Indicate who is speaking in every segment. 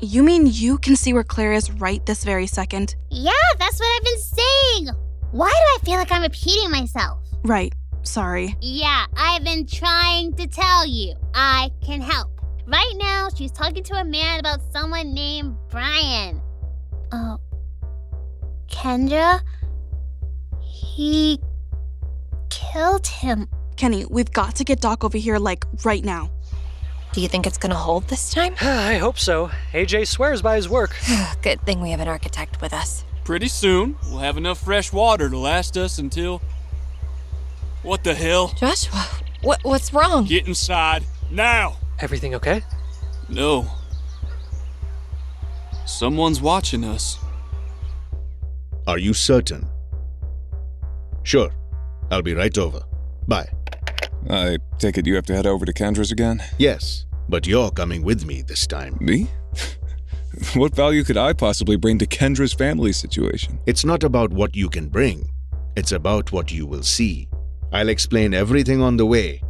Speaker 1: you mean you can see where Claire is right this very second?
Speaker 2: Yeah, that's what I've been saying. Why do I feel like I'm repeating myself?
Speaker 1: Right. Sorry.
Speaker 2: Yeah, I've been trying to tell you. I can help. Right now, she's talking to a man about someone named Brian. Oh. Kendra? He killed him.
Speaker 1: Kenny, we've got to get Doc over here, like, right now.
Speaker 3: Do you think it's gonna hold this time?
Speaker 4: I hope so. AJ swears by his work.
Speaker 3: Good thing we have an architect with us.
Speaker 5: Pretty soon, we'll have enough fresh water to last us until. What the hell?
Speaker 3: Joshua, what, what's wrong?
Speaker 5: Get inside, now!
Speaker 4: Everything okay?
Speaker 5: No. Someone's watching us.
Speaker 6: Are you certain? Sure. I'll be right over. Bye.
Speaker 7: I take it you have to head over to Kendra's again?
Speaker 6: Yes, but you're coming with me this time.
Speaker 7: Me? what value could I possibly bring to Kendra's family situation?
Speaker 6: It's not about what you can bring, it's about what you will see. I'll explain everything on the way,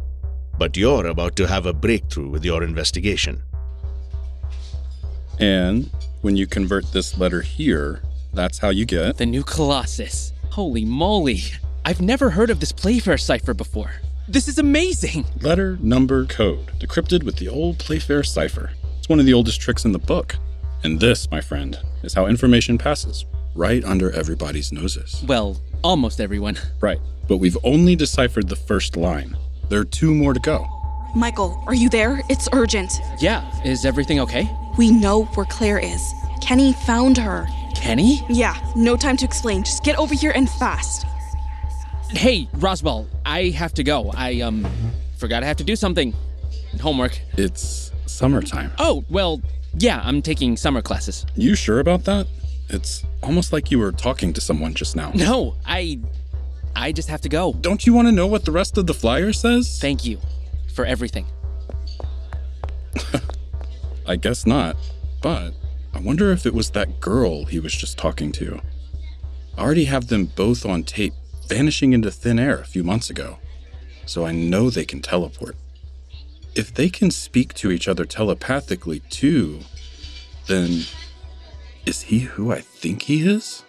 Speaker 6: but you're about to have a breakthrough with your investigation.
Speaker 8: And when you convert this letter here, that's how you get.
Speaker 9: The new Colossus. Holy moly. I've never heard of this Playfair cipher before. This is amazing.
Speaker 8: Letter, number, code, decrypted with the old Playfair cipher. It's one of the oldest tricks in the book. And this, my friend, is how information passes right under everybody's noses.
Speaker 9: Well, almost everyone.
Speaker 8: Right, but we've only deciphered the first line. There are two more to go.
Speaker 1: Michael, are you there? It's urgent.
Speaker 9: Yeah, is everything okay?
Speaker 1: We know where Claire is. Kenny found her.
Speaker 9: Kenny?
Speaker 1: Yeah, no time to explain. Just get over here and fast.
Speaker 9: Hey, Roswell, I have to go. I, um, forgot I have to do something. Homework.
Speaker 8: It's summertime.
Speaker 9: Oh, well, yeah, I'm taking summer classes.
Speaker 8: You sure about that? It's almost like you were talking to someone just now.
Speaker 9: No, I. I just have to go.
Speaker 8: Don't you want to know what the rest of the flyer says?
Speaker 9: Thank you for everything.
Speaker 8: I guess not. But I wonder if it was that girl he was just talking to. I already have them both on tape vanishing into thin air a few months ago, so I know they can teleport. If they can speak to each other telepathically too, then is he who I think he is?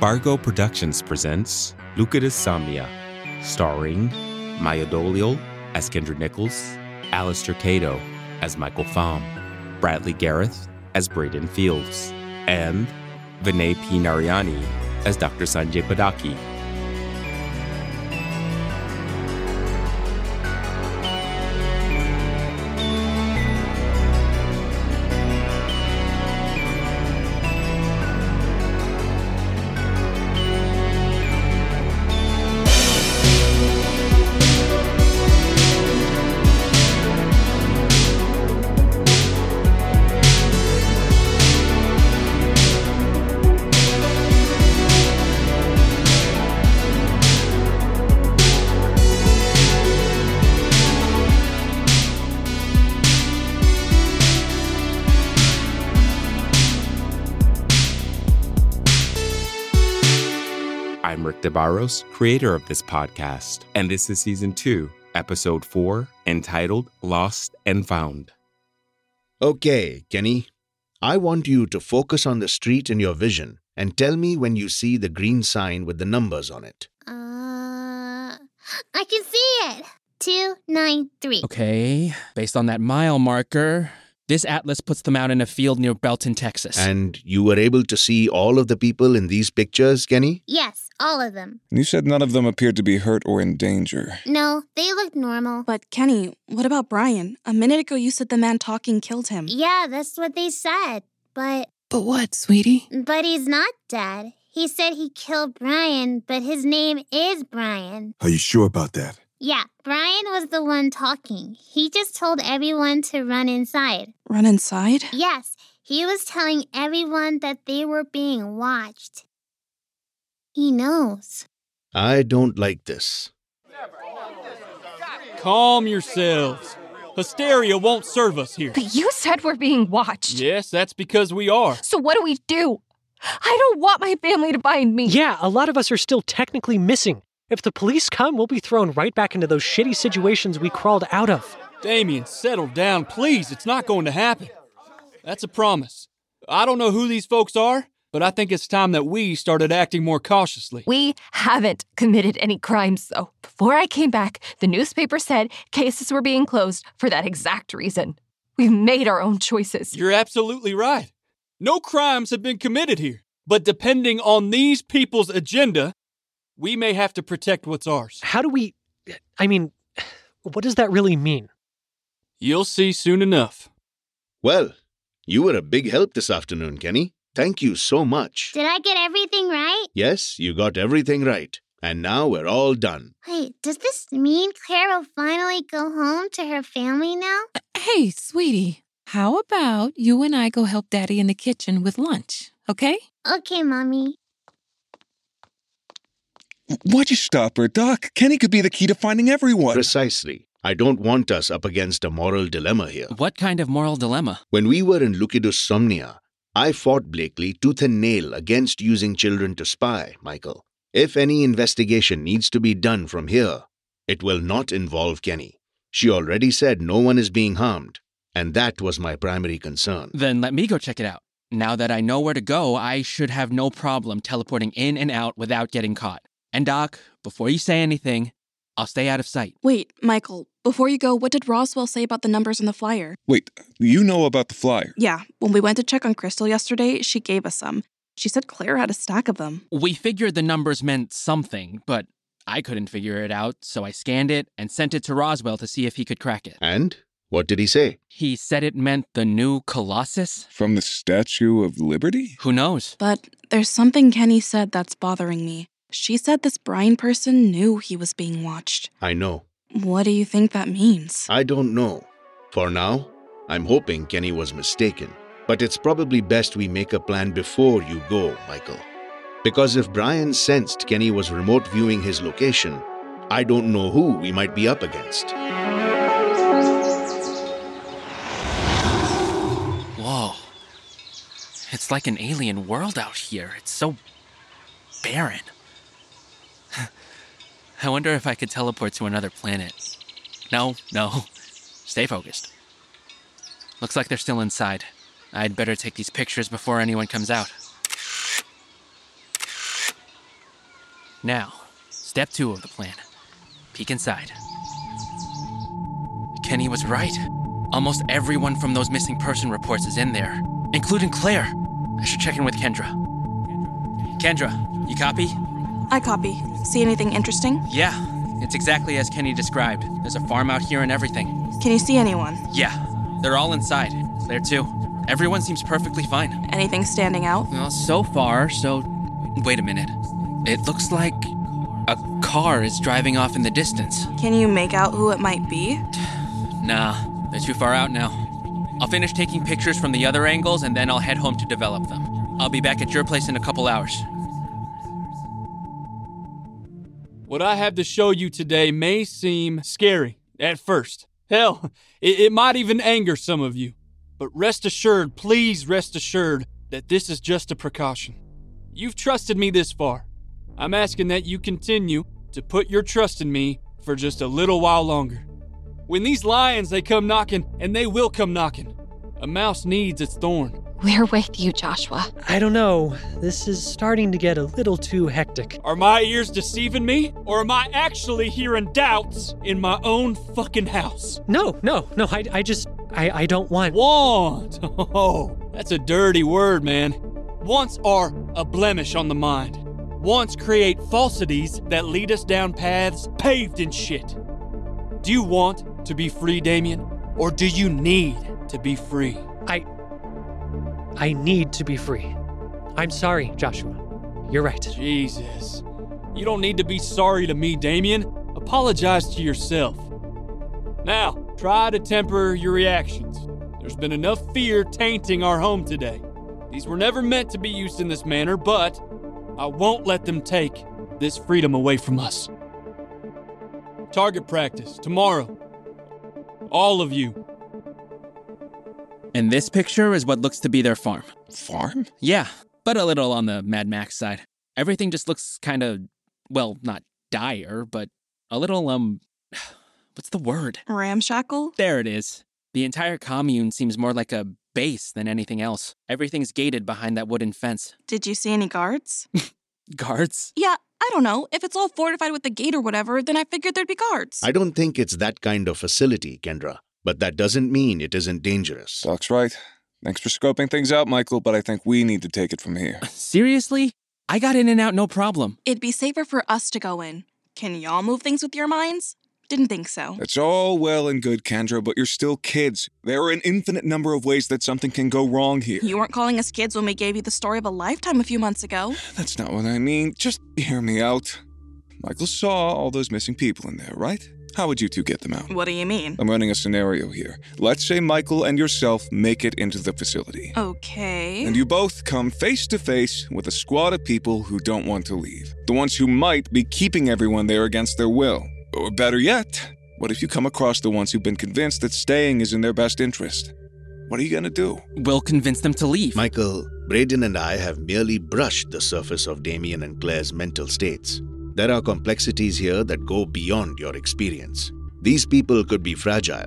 Speaker 10: Bargo Productions presents Lucadus Samia, starring Maya Dolial as Kendra Nichols, Alistair Cato as Michael Pham, Bradley Gareth as Braden Fields, and Vinay P. Narayani as Dr. Sanjay Padaki. I'm Rick DeBarros, creator of this podcast, and this is season two, episode four, entitled Lost and Found.
Speaker 6: Okay, Kenny. I want you to focus on the street in your vision and tell me when you see the green sign with the numbers on it.
Speaker 2: Uh, I can see it. 293.
Speaker 9: Okay, based on that mile marker, this atlas puts them out in a field near Belton, Texas.
Speaker 6: And you were able to see all of the people in these pictures, Kenny?
Speaker 2: Yes, all of them.
Speaker 7: And You said none of them appeared to be hurt or in danger.
Speaker 2: No, they look normal.
Speaker 1: But Kenny, what about Brian? A minute ago you said the man talking killed him.
Speaker 2: Yeah, that's what they said. But
Speaker 3: But what, sweetie?
Speaker 2: but he's not dead. He said he killed Brian, but his name is Brian.
Speaker 11: Are you sure about that?
Speaker 2: Yeah, Brian was the one talking. He just told everyone to run inside.
Speaker 1: Run inside?
Speaker 2: Yes, he was telling everyone that they were being watched. He knows.
Speaker 6: I don't like this.
Speaker 5: Calm yourselves. Hysteria won't serve us here.
Speaker 3: But you said we're being watched.
Speaker 5: Yes, that's because we are.
Speaker 3: So what do we do? I don't want my family to bind me.
Speaker 4: Yeah, a lot of us are still technically missing, If the police come, we'll be thrown right back into those shitty situations we crawled out of.
Speaker 5: Damien, settle down, please. It's not going to happen. That's a promise. I don't know who these folks are, but I think it's time that we started acting more cautiously.
Speaker 3: We haven't committed any crimes, though. Before I came back, the newspaper said cases were being closed for that exact reason. We've made our own choices.
Speaker 5: You're absolutely right. No crimes have been committed here, but depending on these people's agenda, we may have to protect what's ours.
Speaker 4: How do we. I mean, what does that really mean?
Speaker 5: You'll see soon enough.
Speaker 6: Well, you were a big help this afternoon, Kenny. Thank you so much.
Speaker 2: Did I get everything right?
Speaker 6: Yes, you got everything right. And now we're all done.
Speaker 2: Wait, does this mean Claire will finally go home to her family now?
Speaker 11: Uh, Hey, sweetie, how about you and I go help Daddy in the kitchen with lunch, okay?
Speaker 2: Okay, Mommy.
Speaker 7: Why'd you stop her, Doc? Kenny could be the key to finding everyone.
Speaker 6: Precisely. I don't want us up against a moral dilemma here.
Speaker 9: What kind of moral dilemma?
Speaker 6: When we were in Lucidus Somnia, I fought Blakely tooth and nail against using children to spy, Michael. If any investigation needs to be done from here, it will not involve Kenny. She already said no one is being harmed, and that was my primary concern.
Speaker 9: Then let me go check it out. Now that I know where to go, I should have no problem teleporting in and out without getting caught. And Doc, before you say anything, I'll stay out of sight.
Speaker 1: Wait, Michael, before you go, what did Roswell say about the numbers on the flyer?
Speaker 7: Wait, you know about the flyer.
Speaker 1: Yeah, when we went to check on Crystal yesterday, she gave us some. She said Claire had a stack of them.
Speaker 9: We figured the numbers meant something, but I couldn't figure it out, so I scanned it and sent it to Roswell to see if he could crack it.
Speaker 6: And what did he say?
Speaker 9: He said it meant the new Colossus?
Speaker 7: From the Statue of Liberty?
Speaker 9: Who knows?
Speaker 1: But there's something Kenny said that's bothering me. She said this Brian person knew he was being watched.
Speaker 6: I know.
Speaker 1: What do you think that means?
Speaker 6: I don't know. For now, I'm hoping Kenny was mistaken. But it's probably best we make a plan before you go, Michael. Because if Brian sensed Kenny was remote viewing his location, I don't know who we might be up against.
Speaker 9: Whoa. It's like an alien world out here. It's so barren. I wonder if I could teleport to another planet. No, no. Stay focused. Looks like they're still inside. I'd better take these pictures before anyone comes out. Now, step two of the plan peek inside. Kenny was right. Almost everyone from those missing person reports is in there, including Claire. I should check in with Kendra. Kendra, you copy?
Speaker 1: I copy. See anything interesting?
Speaker 9: Yeah, it's exactly as Kenny described. There's a farm out here and everything.
Speaker 1: Can you see anyone?
Speaker 9: Yeah, they're all inside. Claire, too. Everyone seems perfectly fine.
Speaker 1: Anything standing out?
Speaker 9: Well, so far, so. Wait a minute. It looks like a car is driving off in the distance.
Speaker 1: Can you make out who it might be?
Speaker 9: Nah, they're too far out now. I'll finish taking pictures from the other angles and then I'll head home to develop them. I'll be back at your place in a couple hours.
Speaker 5: What I have to show you today may seem scary at first. Hell, it, it might even anger some of you. But rest assured, please rest assured that this is just a precaution. You've trusted me this far. I'm asking that you continue to put your trust in me for just a little while longer. When these lions they come knocking, and they will come knocking. A mouse needs its thorn.
Speaker 3: We're with you, Joshua.
Speaker 4: I don't know. This is starting to get a little too hectic.
Speaker 5: Are my ears deceiving me? Or am I actually hearing doubts in my own fucking house?
Speaker 4: No, no, no. I, I just, I, I don't want.
Speaker 5: Want! Oh, that's a dirty word, man. Wants are a blemish on the mind. Wants create falsities that lead us down paths paved in shit. Do you want to be free, Damien? Or do you need to be free?
Speaker 4: I, I need to be free. I'm sorry, Joshua. You're right.
Speaker 5: Jesus. You don't need to be sorry to me, Damien. Apologize to yourself. Now, try to temper your reactions. There's been enough fear tainting our home today. These were never meant to be used in this manner, but I won't let them take this freedom away from us. Target practice tomorrow. All of you.
Speaker 9: And this picture is what looks to be their farm.
Speaker 7: Farm?
Speaker 9: Yeah, but a little on the Mad Max side. Everything just looks kind of, well, not
Speaker 12: dire, but a little, um, what's the word?
Speaker 1: Ramshackle?
Speaker 12: There it is. The entire commune seems more like a base than anything else. Everything's gated behind that wooden fence.
Speaker 1: Did you see any guards?
Speaker 12: Guards?
Speaker 1: yeah, I don't know. If it's all fortified with a gate or whatever, then I figured there'd be guards.
Speaker 6: I don't think it's that kind of facility, Kendra, but that doesn't mean it isn't dangerous.
Speaker 7: Doc's right. Thanks for scoping things out, Michael, but I think we need to take it from here.
Speaker 12: Seriously? I got in and out no problem.
Speaker 1: It'd be safer for us to go in. Can y'all move things with your minds? Didn't think so.
Speaker 7: It's all well and good, Kendra, but you're still kids. There are an infinite number of ways that something can go wrong here.
Speaker 1: You weren't calling us kids when we gave you the story of a lifetime a few months ago.
Speaker 7: That's not what I mean. Just hear me out. Michael saw all those missing people in there, right? How would you two get them out?
Speaker 1: What do you mean?
Speaker 7: I'm running a scenario here. Let's say Michael and yourself make it into the facility.
Speaker 1: Okay.
Speaker 7: And you both come face to face with a squad of people who don't want to leave. The ones who might be keeping everyone there against their will. Or better yet, what if you come across the ones who've been convinced that staying is in their best interest? What are you gonna do?
Speaker 12: We'll convince them to leave.
Speaker 6: Michael, Braden and I have merely brushed the surface of Damien and Claire's mental states. There are complexities here that go beyond your experience. These people could be fragile,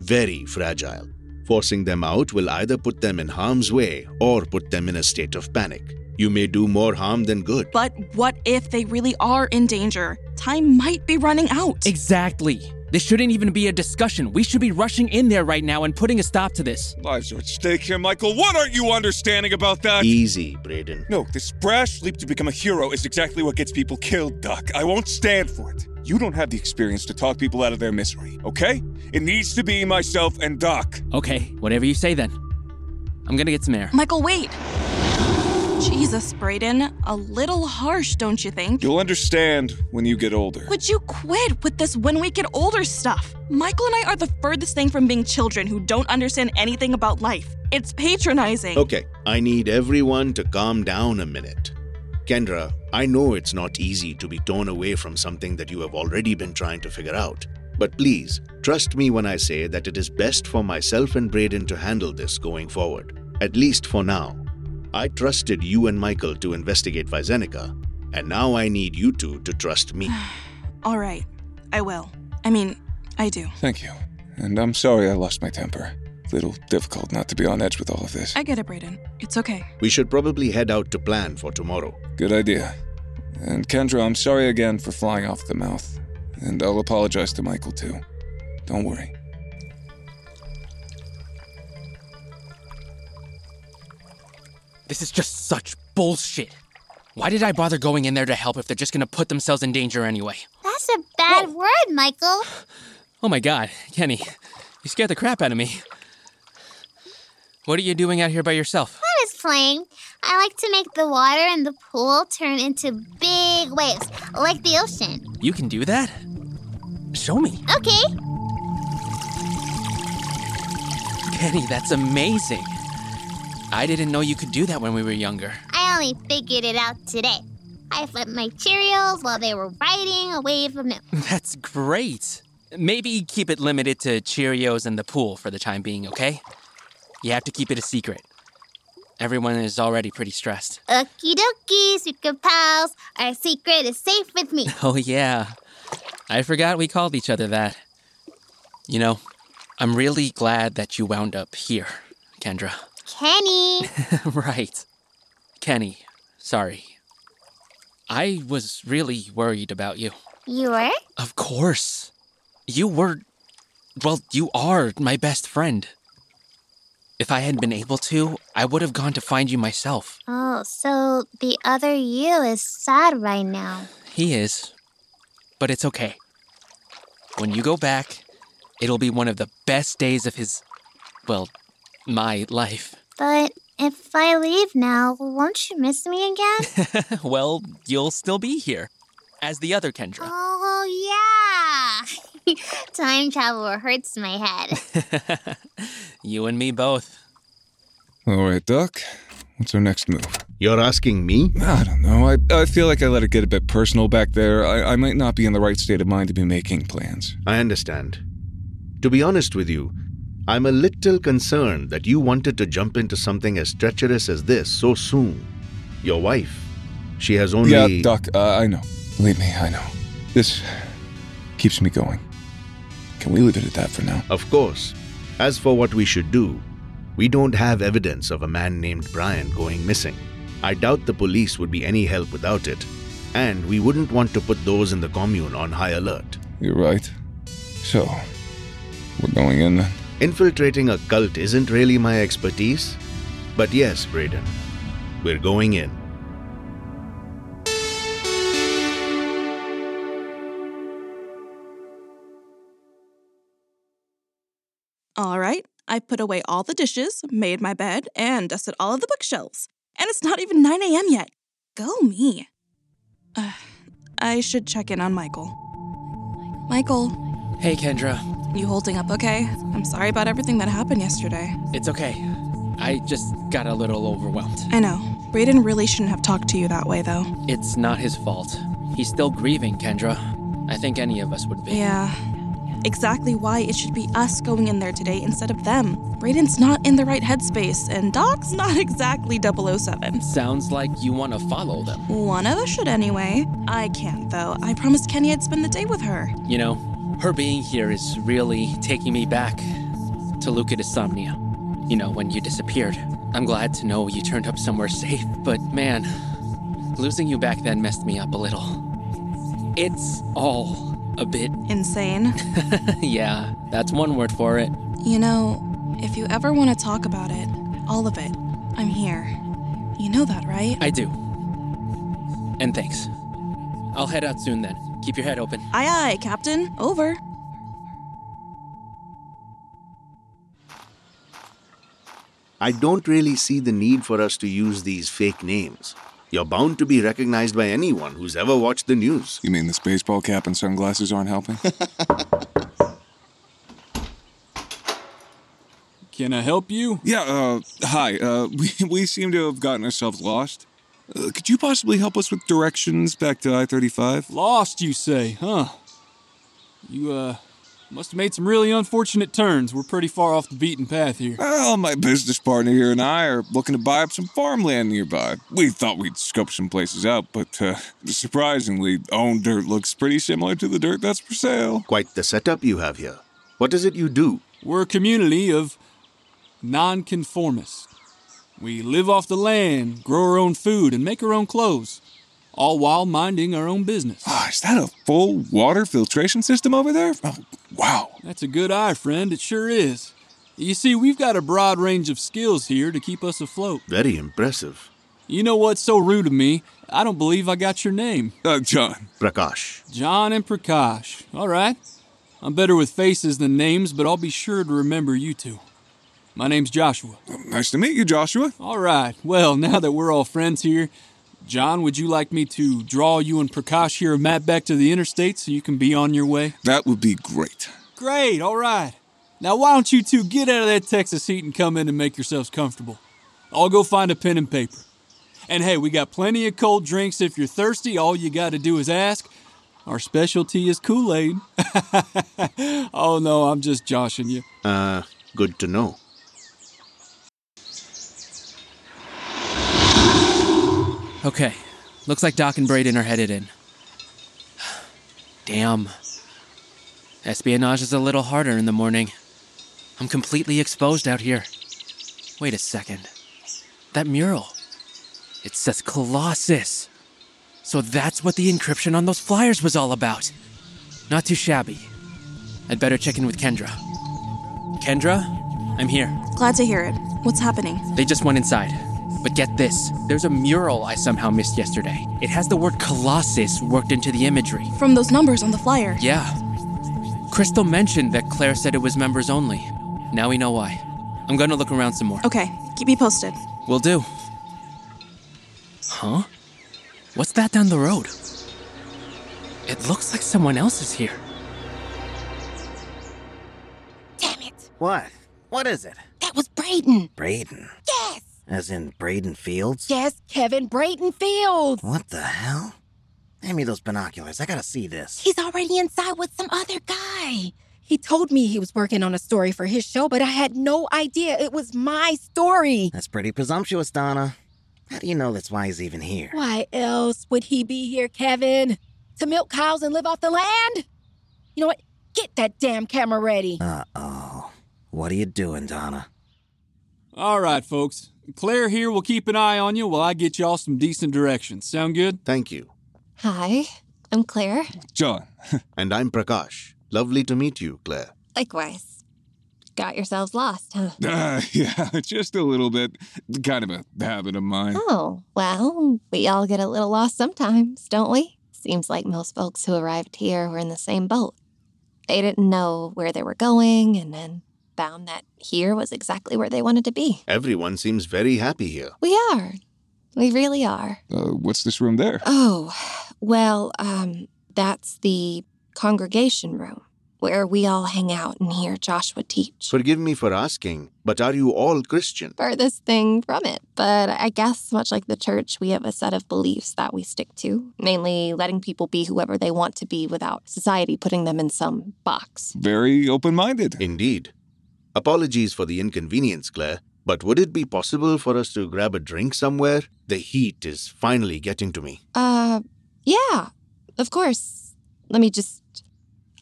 Speaker 6: very fragile. Forcing them out will either put them in harm's way or put them in a state of panic. You may do more harm than good.
Speaker 1: But what if they really are in danger? Time might be running out.
Speaker 12: Exactly. This shouldn't even be a discussion. We should be rushing in there right now and putting a stop to this.
Speaker 7: Lives are at stake here, Michael. What aren't you understanding about that?
Speaker 6: Easy, Braden.
Speaker 7: No, this brash leap to become a hero is exactly what gets people killed, Doc. I won't stand for it. You don't have the experience to talk people out of their misery, okay? It needs to be myself and Doc.
Speaker 12: Okay, whatever you say then. I'm gonna get some air.
Speaker 1: Michael, wait! Jesus, Brayden, a little harsh, don't you think?
Speaker 7: You'll understand when you get older.
Speaker 1: Would you quit with this when we get older stuff? Michael and I are the furthest thing from being children who don't understand anything about life. It's patronizing.
Speaker 6: Okay, I need everyone to calm down a minute. Kendra, I know it's not easy to be torn away from something that you have already been trying to figure out. But please, trust me when I say that it is best for myself and Braden to handle this going forward, at least for now. I trusted you and Michael to investigate Vizenica, and now I need you two to trust me.
Speaker 1: All right, I will. I mean, I do.
Speaker 7: Thank you. And I'm sorry I lost my temper. Little difficult not to be on edge with all of this.
Speaker 1: I get it, Brayden. It's okay.
Speaker 6: We should probably head out to plan for tomorrow.
Speaker 7: Good idea. And Kendra, I'm sorry again for flying off the mouth. And I'll apologize to Michael too. Don't worry.
Speaker 9: This is just such bullshit. Why did I bother going in there to help if they're just gonna put themselves in danger anyway?
Speaker 2: That's a bad word, Michael.
Speaker 9: Oh my god, Kenny, you scared the crap out of me. What are you doing out here by yourself?
Speaker 2: I was playing. I like to make the water in the pool turn into big waves, like the ocean.
Speaker 9: You can do that? Show me.
Speaker 2: Okay,
Speaker 9: Kenny, that's amazing. I didn't know you could do that when we were younger.
Speaker 2: I only figured it out today. I flipped my Cheerios while they were riding a wave of milk.
Speaker 9: That's great. Maybe keep it limited to Cheerios and the pool for the time being, okay? You have to keep it a secret. Everyone is already pretty stressed.
Speaker 2: Okie dokie, secret pals. Our secret is safe with me.
Speaker 9: Oh, yeah. I forgot we called each other that. You know, I'm really glad that you wound up here, Kendra.
Speaker 2: Kenny.
Speaker 9: right. Kenny, sorry. I was really worried about you.
Speaker 2: You were?
Speaker 9: Of course. You were. Well, you are my best friend. If I had been able to, I would have gone to find you myself.
Speaker 2: Oh, so the other you is sad right now.
Speaker 9: He is. But it's okay. When you go back, it'll be one of the best days of his. well, my life.
Speaker 2: But if I leave now, won't you miss me again?
Speaker 9: well, you'll still be here. As the other Kendra.
Speaker 2: oh, yeah. Time travel hurts my head.
Speaker 9: You and me both.
Speaker 7: All right, Doc. What's our next move?
Speaker 6: You're asking me?
Speaker 7: I don't know. I, I feel like I let it get a bit personal back there. I, I might not be in the right state of mind to be making plans.
Speaker 6: I understand. To be honest with you, I'm a little concerned that you wanted to jump into something as treacherous as this so soon. Your wife. She has only.
Speaker 7: Yeah, Doc, uh, I know. Believe me, I know. This keeps me going. Can we leave it at that for now?
Speaker 6: Of course. As for what we should do, we don't have evidence of a man named Brian going missing. I doubt the police would be any help without it, and we wouldn't want to put those in the commune on high alert.
Speaker 7: You're right. So, we're going in then.
Speaker 6: Infiltrating a cult isn't really my expertise, but yes, Braden, we're going in.
Speaker 1: All right, I put away all the dishes, made my bed, and dusted all of the bookshelves. And it's not even 9 a.m. yet. Go me. Uh, I should check in on Michael. Michael,
Speaker 9: Hey, Kendra.
Speaker 1: you holding up okay? I'm sorry about everything that happened yesterday.
Speaker 9: It's okay. I just got a little overwhelmed.
Speaker 1: I know. Brayden really shouldn't have talked to you that way, though.
Speaker 9: It's not his fault. He's still grieving, Kendra. I think any of us would be.
Speaker 1: Yeah. Exactly why it should be us going in there today instead of them. Brayden's not in the right headspace, and Doc's not exactly 007.
Speaker 9: Sounds like you want to follow them.
Speaker 1: One of us should anyway. I can't, though. I promised Kenny I'd spend the day with her.
Speaker 9: You know, her being here is really taking me back to Luca Insomnia. You know, when you disappeared. I'm glad to know you turned up somewhere safe, but man, losing you back then messed me up a little. It's all a bit.
Speaker 1: Insane.
Speaker 9: yeah, that's one word for it.
Speaker 1: You know, if you ever want to talk about it, all of it, I'm here. You know that, right?
Speaker 9: I do. And thanks. I'll head out soon then. Keep your head open.
Speaker 1: Aye, aye, Captain. Over.
Speaker 6: I don't really see the need for us to use these fake names. You're bound to be recognized by anyone who's ever watched the news.
Speaker 7: You mean this baseball cap and sunglasses aren't helping?
Speaker 5: Can I help you?
Speaker 7: Yeah, uh, hi. Uh, we, we seem to have gotten ourselves lost. Uh, could you possibly help us with directions back to I 35?
Speaker 5: Lost, you say, huh? You, uh, must have made some really unfortunate turns. We're pretty far off the beaten path here.
Speaker 7: Well, my business partner here and I are looking to buy up some farmland nearby. We thought we'd scope some places out, but uh, surprisingly, own dirt looks pretty similar to the dirt that's for sale.
Speaker 6: Quite the setup you have here. What is it you do?
Speaker 5: We're a community of nonconformists. We live off the land, grow our own food, and make our own clothes, all while minding our own business.
Speaker 7: Ah, is that a full water filtration system over there? Oh, wow.
Speaker 5: That's a good eye, friend. It sure is. You see, we've got a broad range of skills here to keep us afloat.
Speaker 6: Very impressive.
Speaker 5: You know what's so rude of me? I don't believe I got your name.
Speaker 7: Uh, John.
Speaker 6: Prakash.
Speaker 5: John and Prakash. All right. I'm better with faces than names, but I'll be sure to remember you two. My name's Joshua.
Speaker 7: Nice to meet you, Joshua.
Speaker 5: All right. Well, now that we're all friends here, John, would you like me to draw you and Prakash here a map back to the interstate so you can be on your way?
Speaker 7: That would be great.
Speaker 5: Great. All right. Now, why don't you two get out of that Texas heat and come in and make yourselves comfortable? I'll go find a pen and paper. And hey, we got plenty of cold drinks if you're thirsty. All you got to do is ask. Our specialty is Kool Aid. oh, no, I'm just joshing you.
Speaker 6: Uh, good to know.
Speaker 9: Okay. Looks like Doc and Braden are headed in. Damn. Espionage is a little harder in the morning. I'm completely exposed out here. Wait a second. That mural. It says Colossus. So that's what the encryption on those flyers was all about. Not too shabby. I'd better check in with Kendra. Kendra, I'm here.
Speaker 1: Glad to hear it. What's happening?
Speaker 9: They just went inside. But get this there's a mural I somehow missed yesterday. It has the word Colossus worked into the imagery.
Speaker 1: From those numbers on the flyer.
Speaker 9: Yeah. Crystal mentioned that Claire said it was members only. Now we know why. I'm gonna look around some more.
Speaker 1: Okay, keep me posted.
Speaker 9: Will do. Huh? What's that down the road? It looks like someone else is here.
Speaker 13: What? What is it?
Speaker 14: That was Brayden.
Speaker 13: Braden.
Speaker 14: Yes.
Speaker 13: As in Braden Fields?
Speaker 14: Yes, Kevin Brayden Fields.
Speaker 13: What the hell? Hand me those binoculars. I gotta see this.
Speaker 14: He's already inside with some other guy. He told me he was working on a story for his show, but I had no idea it was my story.
Speaker 13: That's pretty presumptuous, Donna. How do you know that's why he's even here?
Speaker 14: Why else would he be here, Kevin? to milk cows and live off the land? You know what? Get that damn camera ready.
Speaker 13: Uh oh. What are you doing, Donna?
Speaker 5: All right, folks. Claire here will keep an eye on you while I get y'all some decent directions. Sound good?
Speaker 6: Thank you.
Speaker 3: Hi, I'm Claire.
Speaker 6: John. and I'm Prakash. Lovely to meet you, Claire.
Speaker 3: Likewise. Got yourselves lost, huh?
Speaker 7: Uh, yeah, just a little bit. Kind of a habit of mine.
Speaker 3: Oh, well, we all get a little lost sometimes, don't we? Seems like most folks who arrived here were in the same boat. They didn't know where they were going and then found that here was exactly where they wanted to be.
Speaker 6: Everyone seems very happy here.
Speaker 3: We are. We really are.
Speaker 7: Uh, what's this room there?
Speaker 3: Oh, well, um, that's the congregation room where we all hang out and hear Joshua teach.
Speaker 6: Forgive me for asking, but are you all Christian?
Speaker 3: Furthest thing from it, but I guess much like the church, we have a set of beliefs that we stick to, mainly letting people be whoever they want to be without society putting them in some box.
Speaker 7: Very open minded.
Speaker 6: Indeed. Apologies for the inconvenience, Claire, but would it be possible for us to grab a drink somewhere? The heat is finally getting to me.
Speaker 3: Uh, yeah, of course. Let me just.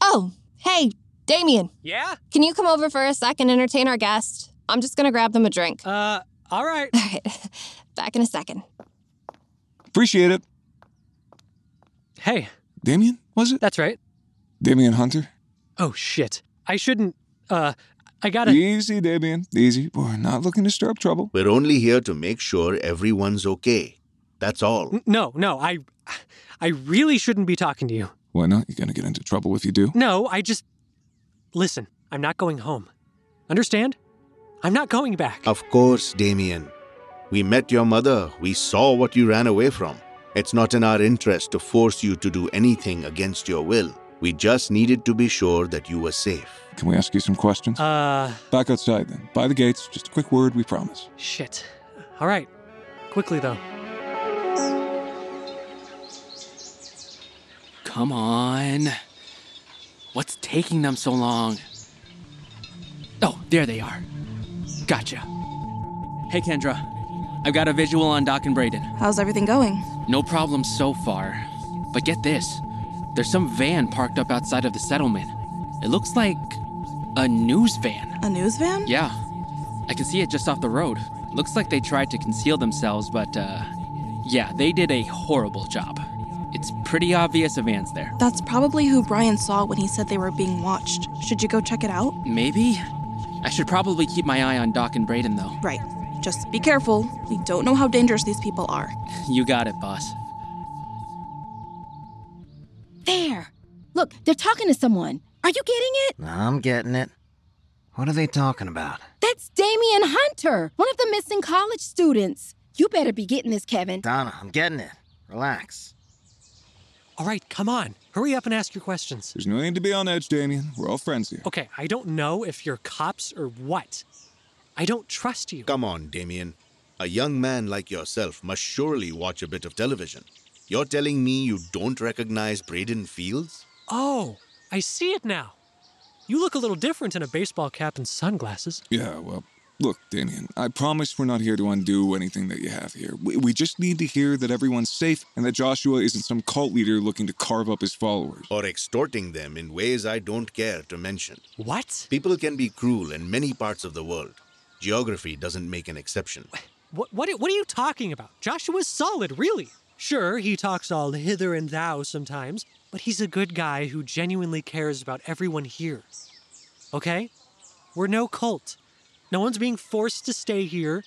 Speaker 3: Oh, hey, Damien.
Speaker 15: Yeah?
Speaker 3: Can you come over for a sec and entertain our guest? I'm just gonna grab them a drink.
Speaker 15: Uh, all right.
Speaker 3: All right. Back in a second.
Speaker 7: Appreciate it.
Speaker 15: Hey.
Speaker 7: Damien, was it?
Speaker 15: That's right.
Speaker 7: Damien Hunter?
Speaker 15: Oh, shit. I shouldn't. Uh, I gotta.
Speaker 7: Easy, Damien. Easy. We're not looking to stir up trouble.
Speaker 6: We're only here to make sure everyone's okay. That's all.
Speaker 15: N- No, no, I. I really shouldn't be talking to you.
Speaker 7: Why not? You're going to get into trouble if you do.
Speaker 15: No, I just. Listen, I'm not going home. Understand? I'm not going back.
Speaker 6: Of course, Damien. We met your mother. We saw what you ran away from. It's not in our interest to force you to do anything against your will. We just needed to be sure that you were safe.
Speaker 7: Can we ask you some questions?
Speaker 15: Uh.
Speaker 7: Back outside then. By the gates. Just a quick word, we promise.
Speaker 15: Shit. All right. Quickly, though.
Speaker 9: Come on. What's taking them so long? Oh, there they are. Gotcha. Hey, Kendra. I've got a visual on Doc and Brayden.
Speaker 1: How's everything going?
Speaker 9: No problem so far. But get this there's some van parked up outside of the settlement. It looks like a news van.
Speaker 1: A news van?
Speaker 9: Yeah, I can see it just off the road. Looks like they tried to conceal themselves, but uh, yeah, they did a horrible job. It's pretty obvious a van's there.
Speaker 1: That's probably who Brian saw when he said they were being watched. Should you go check it out?
Speaker 9: Maybe? I should probably keep my eye on Doc and Brayden, though.
Speaker 1: Right. Just be careful. We don't know how dangerous these people are.
Speaker 9: You got it, boss.
Speaker 14: There. Look, they're talking to someone. Are you getting it?
Speaker 13: I'm getting it. What are they talking about?
Speaker 14: That's Damien Hunter, one of the missing college students. You better be getting this, Kevin.
Speaker 13: Donna, I'm getting it. Relax.
Speaker 15: All right, come on. Hurry up and ask your questions.
Speaker 7: There's no need to be on edge, Damien. We're all friends here.
Speaker 15: Okay, I don't know if you're cops or what. I don't trust you.
Speaker 6: Come on, Damien. A young man like yourself must surely watch a bit of television. You're telling me you don't recognize Braden Fields?
Speaker 15: Oh, I see it now. You look a little different in a baseball cap and sunglasses.
Speaker 7: Yeah, well, look, Damien, I promise we're not here to undo anything that you have here. We, we just need to hear that everyone's safe and that Joshua isn't some cult leader looking to carve up his followers.
Speaker 6: Or extorting them in ways I don't care to mention.
Speaker 15: What?
Speaker 6: People can be cruel in many parts of the world. Geography doesn't make an exception.
Speaker 15: What, what, what are you talking about? Joshua's solid, really. Sure, he talks all hither and thou sometimes, but he's a good guy who genuinely cares about everyone here. Okay? We're no cult. No one's being forced to stay here.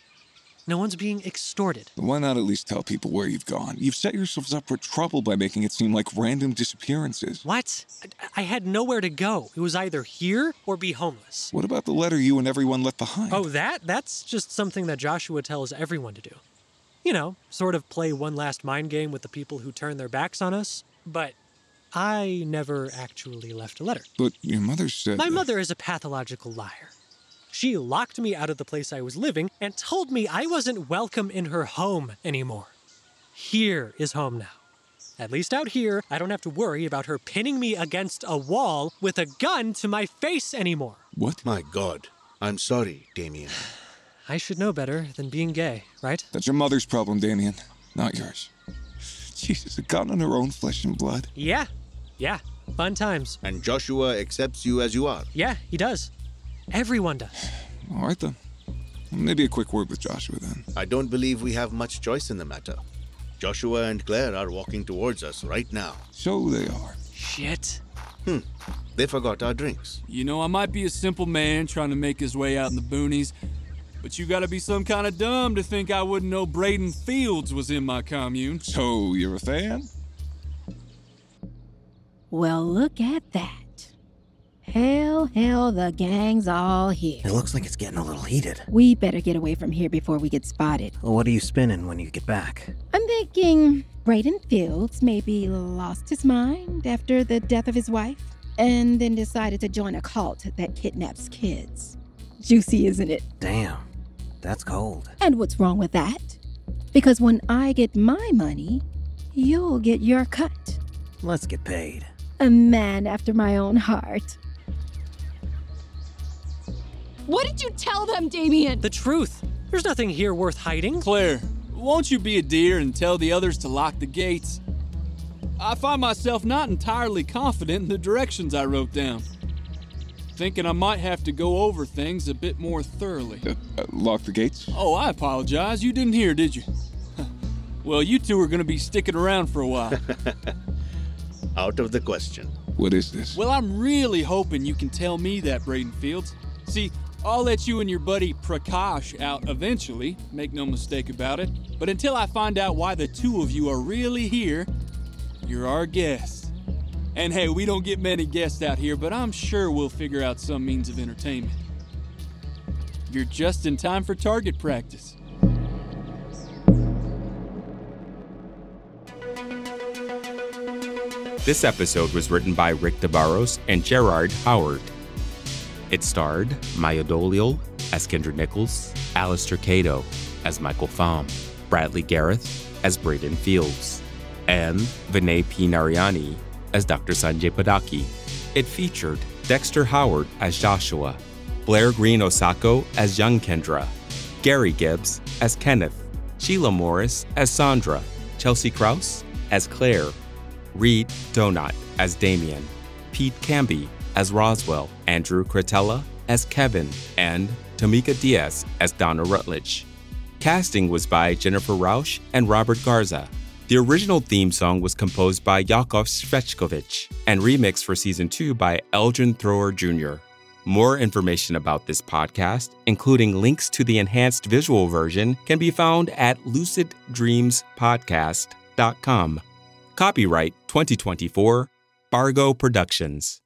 Speaker 15: No one's being extorted.
Speaker 7: Why not at least tell people where you've gone? You've set yourselves up for trouble by making it seem like random disappearances.
Speaker 15: What? I, I had nowhere to go. It was either here or be homeless.
Speaker 7: What about the letter you and everyone left behind?
Speaker 15: Oh, that? That's just something that Joshua tells everyone to do. You know, sort of play one last mind game with the people who turn their backs on us, but I never actually left a letter.
Speaker 7: But your mother said.
Speaker 15: My
Speaker 7: that-
Speaker 15: mother is a pathological liar. She locked me out of the place I was living and told me I wasn't welcome in her home anymore. Here is home now. At least out here, I don't have to worry about her pinning me against a wall with a gun to my face anymore.
Speaker 7: What?
Speaker 6: My God. I'm sorry, Damien.
Speaker 15: I should know better than being gay, right?
Speaker 7: That's your mother's problem, Damien, not yours. Jesus, a gun on her own flesh and blood.
Speaker 15: Yeah. Yeah. Fun times.
Speaker 6: And Joshua accepts you as you are.
Speaker 15: Yeah, he does. Everyone does.
Speaker 7: All right, then. Maybe a quick word with Joshua then.
Speaker 6: I don't believe we have much choice in the matter. Joshua and Claire are walking towards us right now.
Speaker 7: So they are.
Speaker 15: Shit.
Speaker 6: Hmm. They forgot our drinks.
Speaker 5: You know, I might be a simple man trying to make his way out in the boonies, but you gotta be some kind of dumb to think I wouldn't know Braden Fields was in my commune.
Speaker 7: So you're a fan?
Speaker 16: Well, look at that. Hell, hell, the gang's all here.
Speaker 13: It looks like it's getting a little heated.
Speaker 16: We better get away from here before we get spotted.
Speaker 13: Well, what are you spinning when you get back?
Speaker 16: I'm thinking Braden Fields maybe lost his mind after the death of his wife and then decided to join a cult that kidnaps kids. Juicy, isn't it?
Speaker 13: Damn, that's cold.
Speaker 16: And what's wrong with that? Because when I get my money, you'll get your cut.
Speaker 13: Let's get paid.
Speaker 16: A man after my own heart. What did you tell them, Damien?
Speaker 15: The truth. There's nothing here worth hiding.
Speaker 5: Claire, won't you be a dear and tell the others to lock the gates? I find myself not entirely confident in the directions I wrote down. Thinking I might have to go over things a bit more thoroughly.
Speaker 7: Uh, uh, lock the gates?
Speaker 5: Oh, I apologize. You didn't hear, did you? well, you two are going to be sticking around for a while.
Speaker 6: Out of the question.
Speaker 7: What is this?
Speaker 5: Well, I'm really hoping you can tell me that, Braden Fields. See, I'll let you and your buddy Prakash out eventually, make no mistake about it. But until I find out why the two of you are really here, you're our guest. And hey, we don't get many guests out here, but I'm sure we'll figure out some means of entertainment. You're just in time for target practice.
Speaker 10: This episode was written by Rick DeBarros and Gerard Howard. It starred Maya Dolial as Kendra Nichols, Alistair Cato as Michael Pham, Bradley Gareth as Braden Fields, and Vinay P. Narayani as Dr. Sanjay Padaki. It featured Dexter Howard as Joshua, Blair Green Osako as young Kendra, Gary Gibbs as Kenneth, Sheila Morris as Sandra, Chelsea Krause as Claire, Reed Donat as Damien, Pete Camby as Roswell, Andrew Cretella as Kevin, and Tamika Diaz as Donna Rutledge. Casting was by Jennifer Rausch and Robert Garza. The original theme song was composed by Yakov Svechkovich and remixed for season two by Elgin Thrower Jr. More information about this podcast, including links to the enhanced visual version, can be found at luciddreamspodcast.com. Copyright 2024, Bargo Productions.